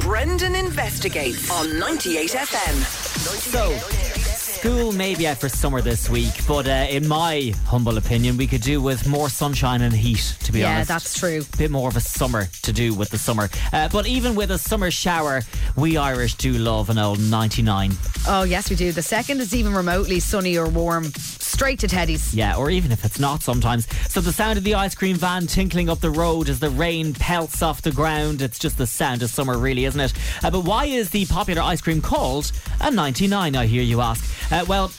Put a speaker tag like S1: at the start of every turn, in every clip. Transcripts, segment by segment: S1: Brendan investigates on 98FM.
S2: So, school may be out for summer this week, but uh, in my humble opinion, we could do with more sunshine and heat, to be
S3: Yeah,
S2: honest.
S3: that's true.
S2: Bit more of a summer to do with the summer. Uh, but even with a summer shower, we Irish do love an old 99.
S3: Oh, yes, we do. The second it's even remotely sunny or warm, straight to Teddy's.
S2: Yeah, or even if it's not sometimes. So the sound of the ice cream van tinkling up the road as the rain pelts off the ground, it's just the sound of summer, really, isn't it? Uh, but why is the popular ice cream called a 99, I hear you ask? Uh, well,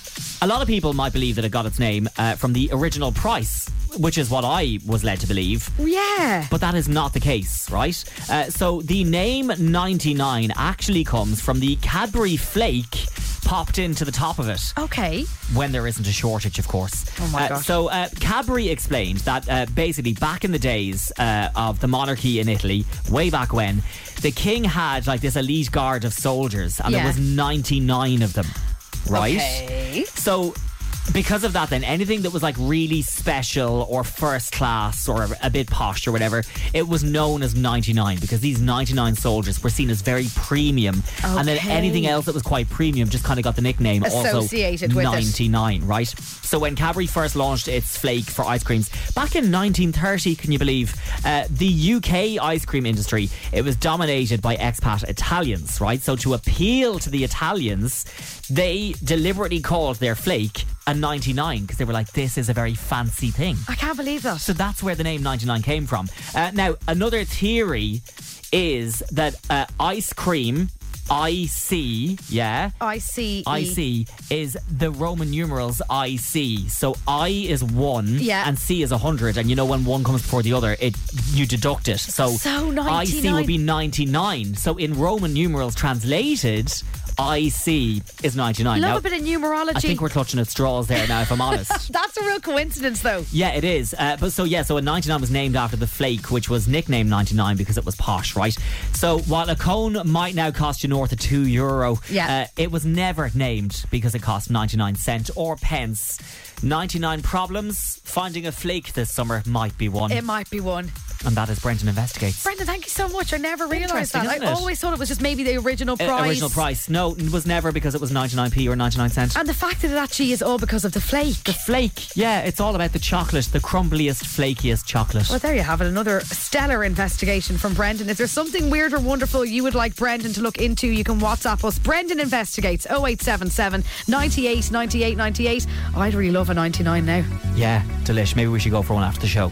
S2: a lot of people might believe that it got its name uh, from the original price, which is what I was led to believe.
S3: Yeah.
S2: But that is not the case, right? Uh, so the name 99 actually comes from the Cadbury flake popped into the top of it
S3: Okay.
S2: when there isn't a shortage, of course.
S3: Oh my
S2: Uh,
S3: gosh.
S2: So uh, Cadbury explained that uh, basically back in the days uh, of the monarchy in Italy, way back when, the king had like this elite guard of soldiers, and there
S3: Yeah.
S2: was 99 of them, right?
S3: Okay.
S2: So. Because of that, then anything that was like really special or first class or a bit posh or whatever, it was known as 99 because these 99 soldiers were seen as very premium. And then
S3: Okay.
S2: anything else that was quite premium just kind of got the nickname
S3: Associated
S2: also
S3: with it.
S2: 99, right? So when Cadbury first launched its flake for ice creams back in 1930, can you believe? Uh, the UK ice cream industry it was dominated by expat Italians, right? So to appeal to the Italians, they deliberately called their flake a 99 because they were like, this is a very fancy thing.
S3: I can't believe that.
S2: So that's where the name 99 came from. Uh, now, another theory is that uh, ice cream, IC, yeah,
S3: I see.
S2: IC is the Roman numerals IC. So I is one
S3: Yeah.
S2: and C is 100 and you know when one comes before the other it you deduct it. So,
S3: So
S2: IC
S3: 99.
S2: will be 99. So in Roman numerals translated IC is 99.
S3: Love
S2: Now,
S3: a bit of numerology.
S2: I think we're clutching at straws there now if I'm honest.
S3: That's a real coincidence, though.
S2: Yeah, it is. Uh, but so yeah, so a 99 was named after the flake, which was nicknamed 99 because it was posh, right? So while a cone might now cost you north of two euro,
S3: Yeah.
S2: uh, it was never named because it cost 99 cent or pence. 99 problems. Finding a flake this summer might be one,
S3: It might be one.
S2: and that is Brendan investigates.
S3: Brendan, thank you so much. I never realised
S2: Interesting,
S3: that. I
S2: isn't it?
S3: always thought it was just maybe the original
S2: Uh,
S3: price.
S2: original price. No, it was never because it was 99p or 99 cent.
S3: And the fact that it actually is all because of the flake.
S2: the flake, yeah, it's all about the chocolate, the crumbliest, flakiest chocolate.
S3: Well, there you have it. Another stellar investigation from Brendan. If there's something weird or wonderful you would like Brendan to look into, you can WhatsApp us. Brendan Investigates 0877 98 98 98. I'd really love a 99 now.
S2: Yeah, delish. Maybe we should go for one after the show.